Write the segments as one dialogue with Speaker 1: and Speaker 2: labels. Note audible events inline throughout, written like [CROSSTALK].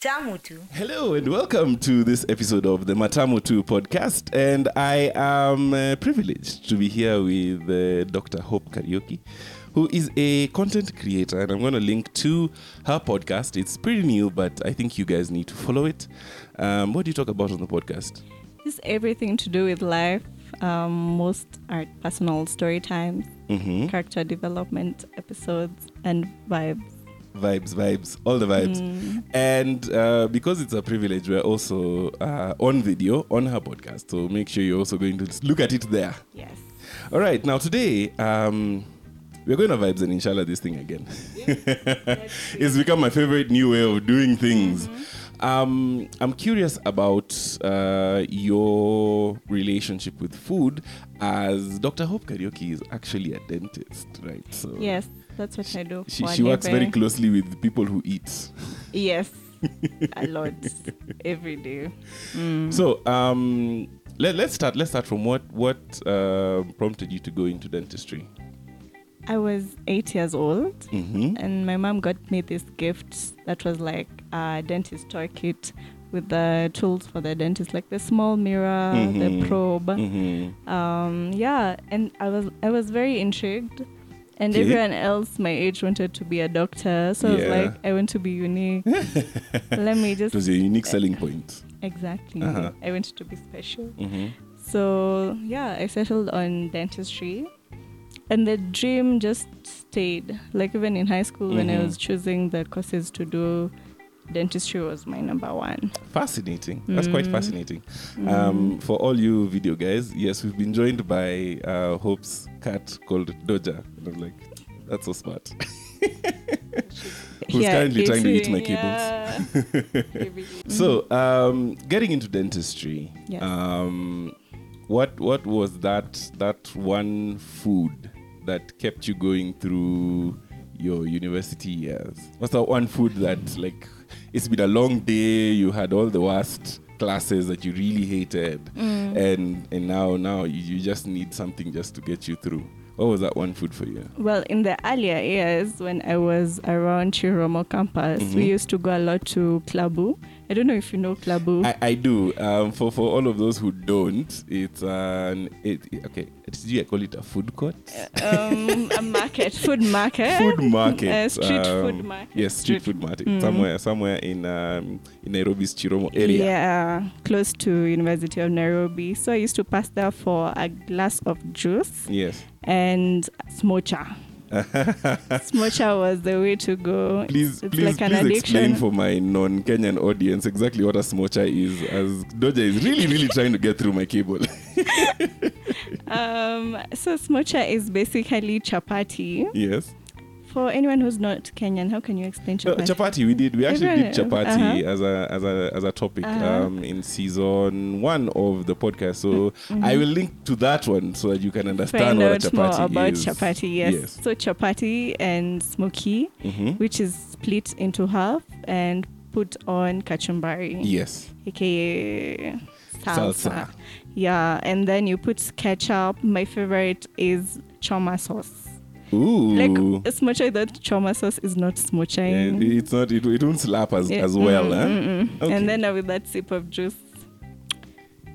Speaker 1: Tamu tu.
Speaker 2: Hello and welcome to this episode of the Matamu 2 podcast. And I am uh, privileged to be here with uh, Dr. Hope Karaoke, who is a content creator. And I'm going to link to her podcast. It's pretty new, but I think you guys need to follow it. Um, what do you talk about on the podcast?
Speaker 3: It's everything to do with life. Um, most are personal story times,
Speaker 2: Mm-hmm.
Speaker 3: character development episodes, and vibes.
Speaker 2: Vibes, vibes, all the vibes. And uh, because it's a privilege, we're also uh, on video on her podcast. So make sure you're also going to look at it there.
Speaker 3: Yes.
Speaker 2: All right, now today, um, we're going to vibes and inshallah this thing again. [LAUGHS] it's become my favorite new way of doing things. Um, I'm curious about uh, your relationship with food, as Dr. Hope Karaoke is actually a dentist, right? So
Speaker 3: Yes, that's what I do.
Speaker 2: She,
Speaker 3: for a
Speaker 2: she works very
Speaker 3: living.
Speaker 2: closely with people who eat. [LAUGHS]
Speaker 3: Yes, a lot. Every day.
Speaker 2: So um, let, let's start. Let's start from what what uh, prompted you to go into dentistry.
Speaker 3: I was eight years old.
Speaker 2: Mm-hmm.
Speaker 3: and my mom got me this gift that was like a dentist toy kit with the tools for the dentist, like the small mirror,
Speaker 2: Mhm.
Speaker 3: the probe.
Speaker 2: Mm-hmm.
Speaker 3: Um, yeah, and I was I was very intrigued, and
Speaker 2: Okay.
Speaker 3: everyone else my age wanted to be a doctor, so I was
Speaker 2: Yeah.
Speaker 3: like, I want to be
Speaker 2: [LAUGHS]
Speaker 3: unique. Let me
Speaker 2: It
Speaker 3: just
Speaker 2: was a unique selling point.
Speaker 3: exactly.
Speaker 2: Uh-huh.
Speaker 3: I wanted to be special.
Speaker 2: Mm-hmm.
Speaker 3: So yeah, I settled on dentistry, and the dream just stayed. Like even in high school, when I
Speaker 2: Mhm.
Speaker 3: was choosing the courses to do, dentistry was my number one.
Speaker 2: Fascinating. That's quite fascinating. Um, for all you video guys, yes, we've been joined by uh, Hope's cat called Doja. And I'm like, that's so smart. [LAUGHS] Who's currently trying to eat my
Speaker 3: cables?
Speaker 2: [LAUGHS] So, um, getting into dentistry,
Speaker 3: Yes.
Speaker 2: um, what what was that that one food that kept you going through your university years? What's that one food that like it's been a long day? You had all the worst classes that you really hated, and and now now you, you just need something just to get you through. What was that one food for you?
Speaker 3: Well, in the earlier years, when I was around Chiromo campus,
Speaker 2: Mm-hmm.
Speaker 3: we used to go a lot to Klabu. I don't know if you know Klabu.
Speaker 2: I, I do. Um, for for all of those who don't, it's an it, it- okay. It's, do you call it a food court?
Speaker 3: um, a market, food market.
Speaker 2: [LAUGHS] food
Speaker 3: [LAUGHS]
Speaker 2: market.
Speaker 3: Uh, street food
Speaker 2: um,
Speaker 3: market. Hmm.
Speaker 2: Yes, street, food market. Somewhere, somewhere in um, in Nairobi's Chiromo area.
Speaker 3: Yeah, close to University of Nairobi. So I used to pass there for a glass of juice
Speaker 2: Yes.
Speaker 3: and
Speaker 2: [LAUGHS]
Speaker 3: smocha. smocha was the way to go.
Speaker 2: Please,
Speaker 3: it's
Speaker 2: please,
Speaker 3: like an
Speaker 2: please explain
Speaker 3: addiction.
Speaker 2: for my non-Kenyan audience exactly what a smocha is, as Doja is really, really trying to get through my cable. [LAUGHS]
Speaker 3: um, so smocha is basically chapati.
Speaker 2: yes.
Speaker 3: For anyone who's not Kenyan, how can you explain
Speaker 2: No,
Speaker 3: chapati?
Speaker 2: chapati. We did. We actually did
Speaker 3: Everyone-
Speaker 2: chapati
Speaker 3: uh-huh.
Speaker 2: as a as a as a topic
Speaker 3: Uh-huh.
Speaker 2: um, in season one of the podcast. So I will link to that one so that you can understand
Speaker 3: Mm-hmm. Find
Speaker 2: what a
Speaker 3: out
Speaker 2: chapati
Speaker 3: more about
Speaker 2: is.
Speaker 3: chapati. Yes.
Speaker 2: Yes.
Speaker 3: So chapati and smoky,
Speaker 2: Mhm.
Speaker 3: which is split into half and put on kachumbari.
Speaker 2: Yes.
Speaker 3: aka salsa.
Speaker 2: Salsa.
Speaker 3: Yeah, and then you put ketchup. My favorite is choma sauce.
Speaker 2: Ooh.
Speaker 3: Like smocha without choma sauce is not smochaing.
Speaker 2: Yeah, it's not. It, it won't slap as,
Speaker 3: Yeah,
Speaker 2: as well,
Speaker 3: mm,
Speaker 2: eh?
Speaker 3: mm, mm.
Speaker 2: Okay.
Speaker 3: And then uh, with that sip of juice,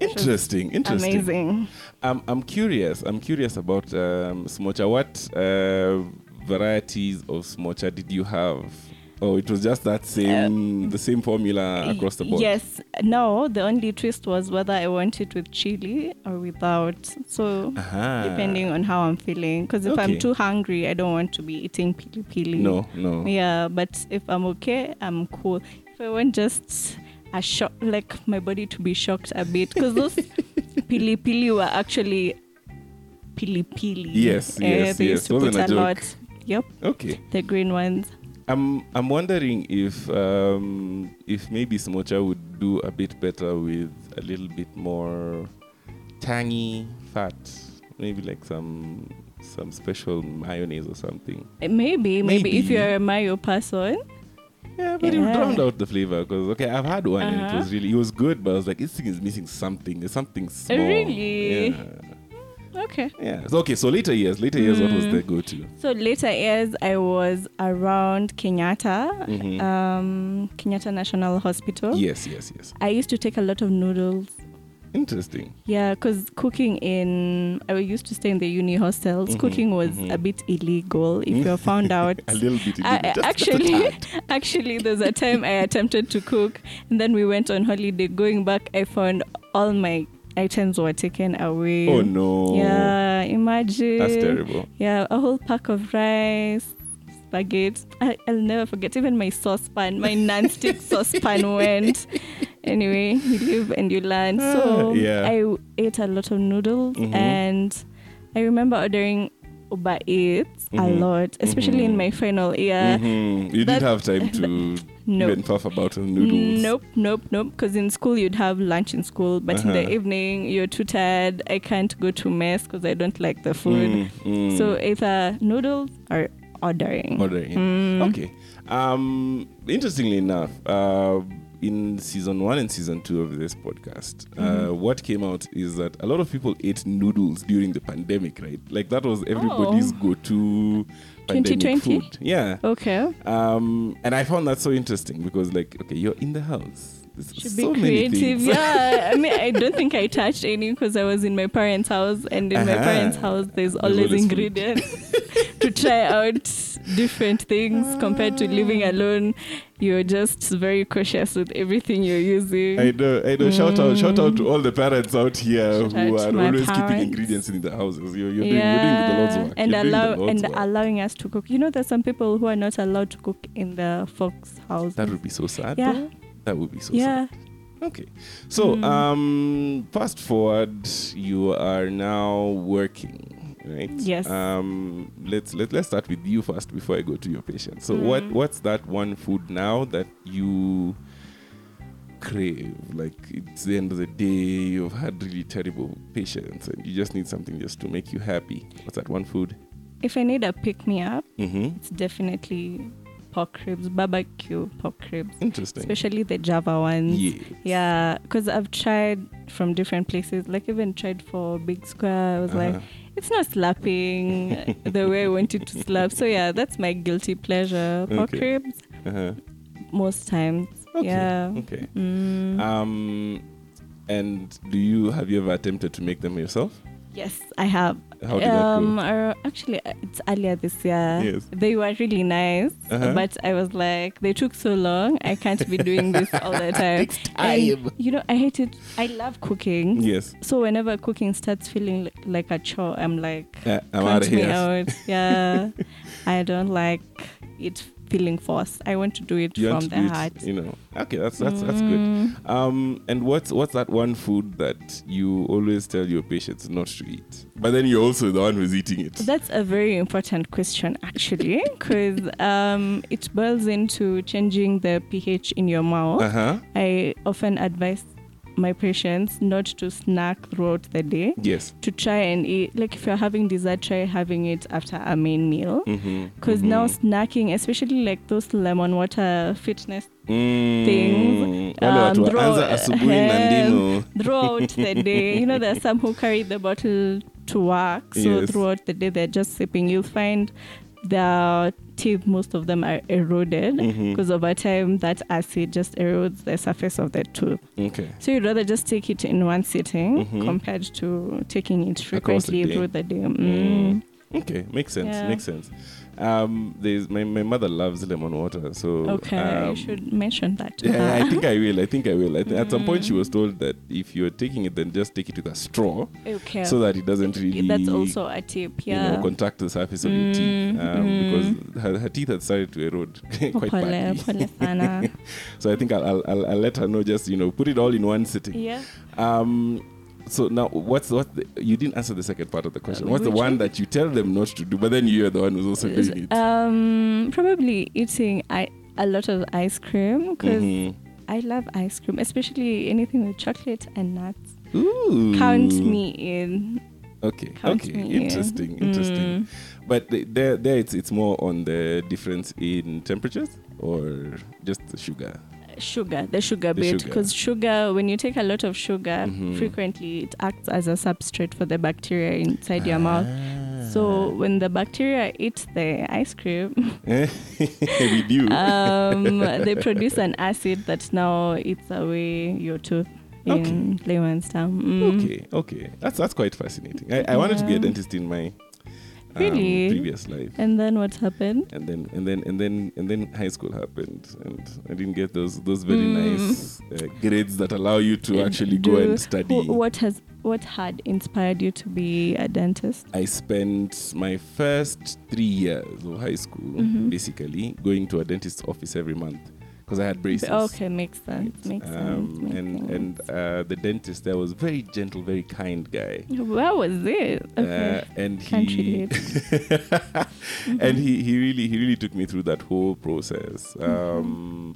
Speaker 2: interesting. Interesting.
Speaker 3: amazing.
Speaker 2: I'm, I'm curious. I'm curious about um, smocha. What uh, varieties of smocha did you have? Oh, it was just that same, the same formula across the board.
Speaker 3: Uh, Yes. No, the only twist was whether I want it with chili or without. So
Speaker 2: Aha.
Speaker 3: depending on how I'm feeling, because if
Speaker 2: Uh, Okay.
Speaker 3: I'm too hungry, I don't want to be eating pili pili.
Speaker 2: No, no.
Speaker 3: Yeah, but if I'm okay, I'm cool. If I want just a shock, like my body to be shocked a bit,
Speaker 2: [LAUGHS]
Speaker 3: because those pili pili were actually pili pili.
Speaker 2: Yes, yes,
Speaker 3: They
Speaker 2: yes.
Speaker 3: used to
Speaker 2: Wasn't
Speaker 3: put
Speaker 2: a
Speaker 3: a,
Speaker 2: joke.
Speaker 3: lot. Yep,
Speaker 2: Okay.
Speaker 3: the green ones.
Speaker 2: I'm I'm wondering if um, if maybe smocha would do a bit better with a little bit more tangy fat, maybe like some some special mayonnaise or something.
Speaker 3: Eh, Maybe, maybe, if
Speaker 2: Maybe.
Speaker 3: you're a mayo person,
Speaker 2: Yeah, but it would
Speaker 3: Yeah.
Speaker 2: round out the flavor because okay, I've had one and it
Speaker 3: Uh-huh.
Speaker 2: was really it was good, but I was like this thing is missing something. There's something small.
Speaker 3: really?
Speaker 2: Yeah.
Speaker 3: Okay.
Speaker 2: Yeah. So, okay. So later years, later years, what
Speaker 3: Mm.
Speaker 2: was the go-to?
Speaker 3: So later years, I was around Kenyatta,
Speaker 2: Mm-hmm.
Speaker 3: um, Kenyatta National Hospital.
Speaker 2: Yes, yes, yes.
Speaker 3: I used to take a lot of noodles.
Speaker 2: Interesting.
Speaker 3: Yeah, because cooking in, I used to stay in the uni hostels. Cooking was a bit illegal. If
Speaker 2: [LAUGHS]
Speaker 3: you're found out,
Speaker 2: Mm-hmm, A little bit.
Speaker 3: I- I-
Speaker 2: illegal, just a
Speaker 3: actually, [LAUGHS]
Speaker 2: tad.
Speaker 3: actually, there's a time I attempted to cook, and then we went on holiday. Going back, I found all my items were taken away.
Speaker 2: Oh no.
Speaker 3: Yeah, imagine.
Speaker 2: That's terrible.
Speaker 3: Yeah, a whole pack of rice, spaghetti. I, I'll never forget. Even my saucepan,
Speaker 2: [LAUGHS]
Speaker 3: my non-stick saucepan went. Anyway, you live and you learn. So
Speaker 2: Ah, yeah.
Speaker 3: I w- ate a lot of noodles,
Speaker 2: Mhm.
Speaker 3: and I remember ordering Uber Eats a
Speaker 2: Mhm.
Speaker 3: lot, especially in
Speaker 2: Mhm.
Speaker 3: my final year.
Speaker 2: Mhm. You
Speaker 3: that-
Speaker 2: didn't have time
Speaker 3: [LAUGHS]
Speaker 2: to
Speaker 3: No.
Speaker 2: even puff about on Mm-hmm. noodles.
Speaker 3: Nope, nope, nope. Because in school you'd have lunch in school, but in the
Speaker 2: Uh-huh.
Speaker 3: evening you're too tired. I can't go to mess because I don't like the food.
Speaker 2: Mm, mm.
Speaker 3: So either noodles or ordering.
Speaker 2: Ordering.
Speaker 3: Mm.
Speaker 2: Okay. Um, interestingly enough, uh, in season one and season two of this podcast, uh,
Speaker 3: Mm-hmm.
Speaker 2: what came out is that a lot of people ate noodles during the pandemic, right? Like that was everybody's
Speaker 3: Oh.
Speaker 2: go-to pandemic
Speaker 3: 2020?
Speaker 2: food. Yeah.
Speaker 3: Okay.
Speaker 2: Um, and I found that so interesting because, like, okay, you're in the house. There's
Speaker 3: Should
Speaker 2: so
Speaker 3: be
Speaker 2: many
Speaker 3: creative.
Speaker 2: things.
Speaker 3: Yeah. I mean, I don't think I touched any because I was in my parents' house, and in my
Speaker 2: Uh-huh.
Speaker 3: parents' house, there's always
Speaker 2: always food.
Speaker 3: ingredients [LAUGHS] to try out different things compared to living
Speaker 2: Ah.
Speaker 3: alone. You're just very cautious with everything you're using.
Speaker 2: I know, I know. Shout out, shout out to all the parents out here
Speaker 3: Mm. Shout
Speaker 2: who
Speaker 3: out to
Speaker 2: are
Speaker 3: my
Speaker 2: always keeping
Speaker 3: parents.
Speaker 2: ingredients in the houses. You're, you're, doing, you're doing the Lord's work.
Speaker 3: and
Speaker 2: You're doing the
Speaker 3: allow
Speaker 2: Lord's
Speaker 3: and
Speaker 2: work.
Speaker 3: allowing us to cook. You know, there's some people who are not allowed to cook in the folks' house.
Speaker 2: That would be so sad.
Speaker 3: Yeah.
Speaker 2: though. That would be so sad.
Speaker 3: yeah, Hmm.
Speaker 2: Okay. So, um, fast forward, you are now working, right?
Speaker 3: Yes.
Speaker 2: Um, let's let, let's start with you first before I go to your patients. So,
Speaker 3: Hmm.
Speaker 2: what what's that one food now that you crave? Like it's the end of the day, you've had really terrible patients, and you just need something just to make you happy. What's that one food?
Speaker 3: if I need a pick me up,
Speaker 2: Mm-hmm.
Speaker 3: it's definitely pork ribs, barbecue pork ribs,
Speaker 2: Interesting.
Speaker 3: especially the Java ones.
Speaker 2: Yeah.
Speaker 3: Yeah, because I've tried from different places, like even tried for Big Square. I was like,
Speaker 2: Uh-huh.
Speaker 3: it's not slapping the way I want it to slap. So, yeah, that's my guilty pleasure. Pork
Speaker 2: Okay.
Speaker 3: ribs,
Speaker 2: Uh-huh.
Speaker 3: most times.
Speaker 2: Okay.
Speaker 3: Yeah.
Speaker 2: Okay.
Speaker 3: Mm.
Speaker 2: Um, and do you have you ever attempted to make them yourself?
Speaker 3: Yes, I have.
Speaker 2: How did
Speaker 3: um, ar- actually, uh, it's earlier this year.
Speaker 2: Yes.
Speaker 3: They were really nice,
Speaker 2: Uh-huh.
Speaker 3: but I was like, they took so long. I can't be doing this all
Speaker 2: [LAUGHS]
Speaker 3: the time. And, you know, I hate it. I love
Speaker 2: that go?
Speaker 3: cooking.
Speaker 2: Yes.
Speaker 3: So whenever cooking starts feeling li- like a chore, I'm like,
Speaker 2: Uh, I'm
Speaker 3: count
Speaker 2: out of
Speaker 3: me
Speaker 2: here.
Speaker 3: out. Yeah. I don't like it feeling forced. I want to do it
Speaker 2: [LAUGHS] You want
Speaker 3: from Mm.
Speaker 2: to
Speaker 3: the
Speaker 2: do it,
Speaker 3: heart.
Speaker 2: You know. Okay, that's that's that's good. Um, and what's what's that one food that you always tell your patients not to eat, but then you're also the one who's eating it?
Speaker 3: That's a very important question, actually, because um, it boils into changing the pH in your mouth.
Speaker 2: Uh huh.
Speaker 3: I often advise my patients not to snack throughout the day.
Speaker 2: Yes.
Speaker 3: To try and eat, like if you're having dessert, try having it after a main meal.
Speaker 2: Mm-hmm.
Speaker 3: Because now snacking, especially like those lemon water fitness
Speaker 2: things. Wale
Speaker 3: um,
Speaker 2: Mm. watu waanza
Speaker 3: throw-
Speaker 2: asubuhi na
Speaker 3: um,
Speaker 2: ndimu.
Speaker 3: throughout the day, you know,
Speaker 2: [LAUGHS]
Speaker 3: there are some who carry the bottle to work. So
Speaker 2: Yes.
Speaker 3: throughout the day, they're just sipping. You'll find their teeth, most of them are eroded
Speaker 2: Mhm.
Speaker 3: because over time that acid just erodes the surface of the tooth.
Speaker 2: Okay.
Speaker 3: So you'd rather just take it in one sitting
Speaker 2: Mhm.
Speaker 3: compared to taking it
Speaker 2: the
Speaker 3: frequently
Speaker 2: day.
Speaker 3: through the day. Mm.
Speaker 2: Mm. Okay, makes sense.
Speaker 3: Yeah.
Speaker 2: Makes sense. Um, there's my, my mother loves lemon water, so
Speaker 3: Okay,
Speaker 2: um,
Speaker 3: you should mention that. to
Speaker 2: Yeah,
Speaker 3: her.
Speaker 2: I think I will. I think I will. I th- At some
Speaker 3: Mm.
Speaker 2: point, she was told that if you're taking it, then just take it with a straw
Speaker 3: [LAUGHS] okay.
Speaker 2: so that it doesn't really.
Speaker 3: that's also a tip.
Speaker 2: You
Speaker 3: Yeah.
Speaker 2: know, contact the surface of your
Speaker 3: Mm,
Speaker 2: teeth um,
Speaker 3: mm. Oh,
Speaker 2: because her, her teeth had started to erode [LAUGHS] quite
Speaker 3: Pole,
Speaker 2: badly.
Speaker 3: pole
Speaker 2: [LAUGHS]
Speaker 3: sana.
Speaker 2: So I think I'll, I'll, I'll, I'll let her know. Just you know, put it all in one sitting.
Speaker 3: yeah.
Speaker 2: Um, so now, what's what? The, you didn't answer the second part of the question.
Speaker 3: Uh,
Speaker 2: What's the
Speaker 3: which
Speaker 2: one
Speaker 3: one? Uh,
Speaker 2: that you tell them not to do, but then you're the one who's also doing it?
Speaker 3: Um, probably eating I, a lot of ice cream because
Speaker 2: Mhm.
Speaker 3: I love ice cream, especially anything with chocolate and nuts.
Speaker 2: Ooh.
Speaker 3: Count me in.
Speaker 2: Okay.
Speaker 3: Count
Speaker 2: okay.
Speaker 3: me in.
Speaker 2: Interesting. Interesting.
Speaker 3: Hmm.
Speaker 2: But th- there, there, it's it's more on the difference in temperatures or just the sugar.
Speaker 3: sugar, the sugar
Speaker 2: The
Speaker 3: bit,
Speaker 2: sugar. Mm-hmm.
Speaker 3: because sugar. when you take a lot of sugar, frequently it acts as a substrate for the bacteria inside your mouth.
Speaker 2: Ah. [LAUGHS]
Speaker 3: So when the bacteria eat the ice cream, [LAUGHS]
Speaker 2: we do.
Speaker 3: um, they produce an acid that now eats away your tooth in layman's term. Mm.
Speaker 2: okay, okay. That's that's quite fascinating. I, I wanted to be a
Speaker 3: Yeah.
Speaker 2: dentist in my um,
Speaker 3: Really?
Speaker 2: previous life.
Speaker 3: And then what happened?
Speaker 2: and then and then and then and then high school happened and i didn't get those those very nice uh, grades that allow you to actually go
Speaker 3: Hmm. Do-
Speaker 2: and study
Speaker 3: wh- what has what had inspired you to be a dentist?
Speaker 2: i spent my first three years of high school
Speaker 3: Mhm.
Speaker 2: basically going to a dentist's office every month because i had braces
Speaker 3: Okay, makes sense. Makes sense.
Speaker 2: um,
Speaker 3: Makes
Speaker 2: and
Speaker 3: sense.
Speaker 2: and uh, the dentist there was very gentle very kind guy
Speaker 3: Where was it? Okay. Mm-hmm.
Speaker 2: Uh, and
Speaker 3: Can't
Speaker 2: [LAUGHS] he and he, he really he really took me through that whole process
Speaker 3: Mm-hmm.
Speaker 2: um,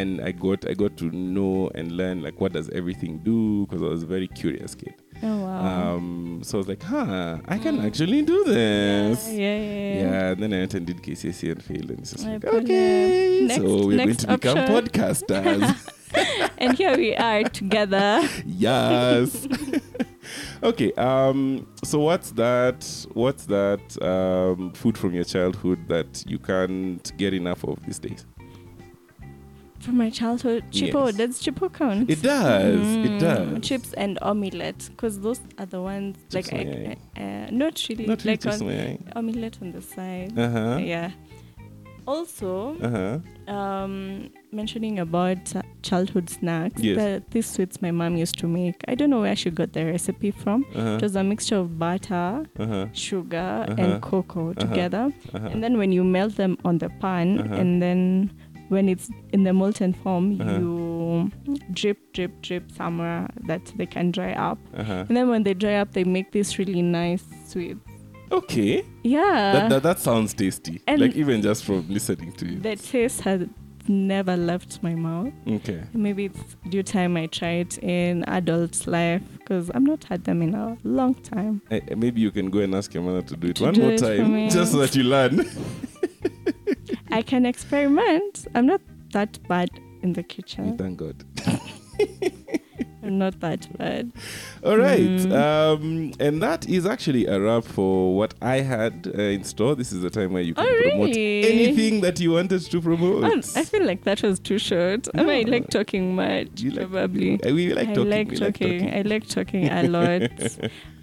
Speaker 2: and I got I got to know and learn like what does everything do because I was a very curious kid
Speaker 3: oh
Speaker 2: [LAUGHS]
Speaker 3: wow.
Speaker 2: um, so I was like huh I can actually do this
Speaker 3: Ah, Yeah, yeah, yeah.
Speaker 2: yeah, and then I went and did KCSE E and failed, and it's just
Speaker 3: My
Speaker 2: like,
Speaker 3: goodness.
Speaker 2: okay,
Speaker 3: Next-
Speaker 2: so we're going
Speaker 3: next
Speaker 2: to become
Speaker 3: option.
Speaker 2: podcasters.
Speaker 3: [LAUGHS] And here we are together. [LAUGHS]
Speaker 2: yes. [LAUGHS] okay. Um. So what's that? What's that um, food from your childhood that you can't get enough of these days?
Speaker 3: From my childhood, chipo.
Speaker 2: Yes.
Speaker 3: Does chipo count?
Speaker 2: It does. It
Speaker 3: Mm,
Speaker 2: does.
Speaker 3: Chips and omelette, because those are the ones
Speaker 2: Chips
Speaker 3: like
Speaker 2: on
Speaker 3: I, I- uh, not really
Speaker 2: Not really
Speaker 3: like
Speaker 2: just
Speaker 3: on,
Speaker 2: my.
Speaker 3: omelette on the side.
Speaker 2: Uh huh.
Speaker 3: Yeah. Also,
Speaker 2: Uh huh.
Speaker 3: um, mentioning about uh, childhood snacks,
Speaker 2: Yes.
Speaker 3: the, these sweets my mom used to make. I don't know where she got the recipe from.
Speaker 2: Uh
Speaker 3: It was a mixture of butter,
Speaker 2: huh.
Speaker 3: sugar,
Speaker 2: Uh-huh.
Speaker 3: and cocoa
Speaker 2: Uh-huh.
Speaker 3: together.
Speaker 2: Uh huh.
Speaker 3: And then when you melt them on the pan,
Speaker 2: Uh-huh.
Speaker 3: and then when it's in the molten form,
Speaker 2: Uh-huh.
Speaker 3: you drip, drip, drip somewhere that they can dry up.
Speaker 2: Uh huh.
Speaker 3: And then when they dry up, they make this really nice sweet.
Speaker 2: Okay.
Speaker 3: Yeah.
Speaker 2: that, that that sounds tasty.
Speaker 3: uh, and-
Speaker 2: Like even just from listening to you.
Speaker 3: the taste has never left my mouth.
Speaker 2: Okay.
Speaker 3: Maybe it's due time I try it in adult life because I've not had them in a long time.
Speaker 2: Eh, eh, maybe you can go and ask your mother to do it
Speaker 3: To
Speaker 2: one
Speaker 3: do
Speaker 2: more
Speaker 3: it for
Speaker 2: time,
Speaker 3: me.
Speaker 2: just so that you
Speaker 3: [LAUGHS]
Speaker 2: learn.
Speaker 3: I can experiment. I'm not that bad in the kitchen.
Speaker 2: Thank God.
Speaker 3: I'm not that bad.
Speaker 2: All right.
Speaker 3: Mm.
Speaker 2: Um, and that is actually a wrap for what I had uh, in store. This is the time where you can
Speaker 3: Oh,
Speaker 2: promote
Speaker 3: really?
Speaker 2: anything that you wanted to promote.
Speaker 3: Um, I feel like that was too short. I might
Speaker 2: No.
Speaker 3: like talking much,
Speaker 2: You like-
Speaker 3: probably.
Speaker 2: Uh, we like
Speaker 3: I
Speaker 2: talking.
Speaker 3: like
Speaker 2: we
Speaker 3: talking. I like talking a
Speaker 2: [LAUGHS]
Speaker 3: lot.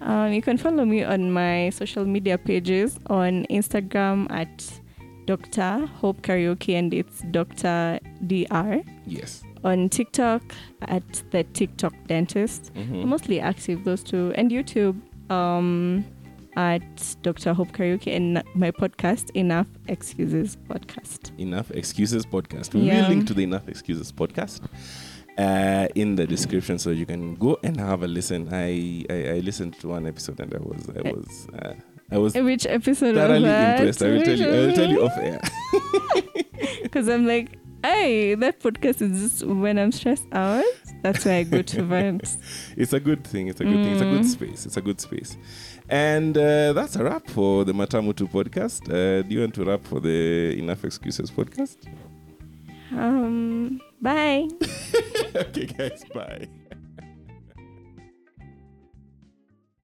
Speaker 3: um, you can follow me on my social media pages on Instagram at Dr. Hope Karaoke and it's Dr. DR.
Speaker 2: Yes.
Speaker 3: On TikTok at the TikTok Dentist.
Speaker 2: Mhm.
Speaker 3: Mostly active, those two. And YouTube um, at Dr. Hope Karaoke and my podcast, Enough Excuses Podcast.
Speaker 2: Enough Excuses podcast. We
Speaker 3: Yeah.
Speaker 2: will link to the Enough Excuses podcast uh, in the description, so you can go and have a listen. I I, I listened to one episode and I was I
Speaker 3: Eh.
Speaker 2: was uh, I was
Speaker 3: Which episode was
Speaker 2: thoroughly
Speaker 3: that?
Speaker 2: impressed. I will tell you. I will tell you
Speaker 3: [LAUGHS]
Speaker 2: off air. [LAUGHS]
Speaker 3: Because I'm like, hey, that podcast is just when I'm stressed out. That's where I go
Speaker 2: [LAUGHS]
Speaker 3: to vent.
Speaker 2: It's a good thing. It's a good thing. It's a good
Speaker 3: Mm.
Speaker 2: space. It's a good space. And uh, that's a wrap for the Matamutu podcast. Uh, do you want to wrap for the Enough Excuses [LAUGHS] podcast?
Speaker 3: Um, bye.
Speaker 2: okay, guys. Bye.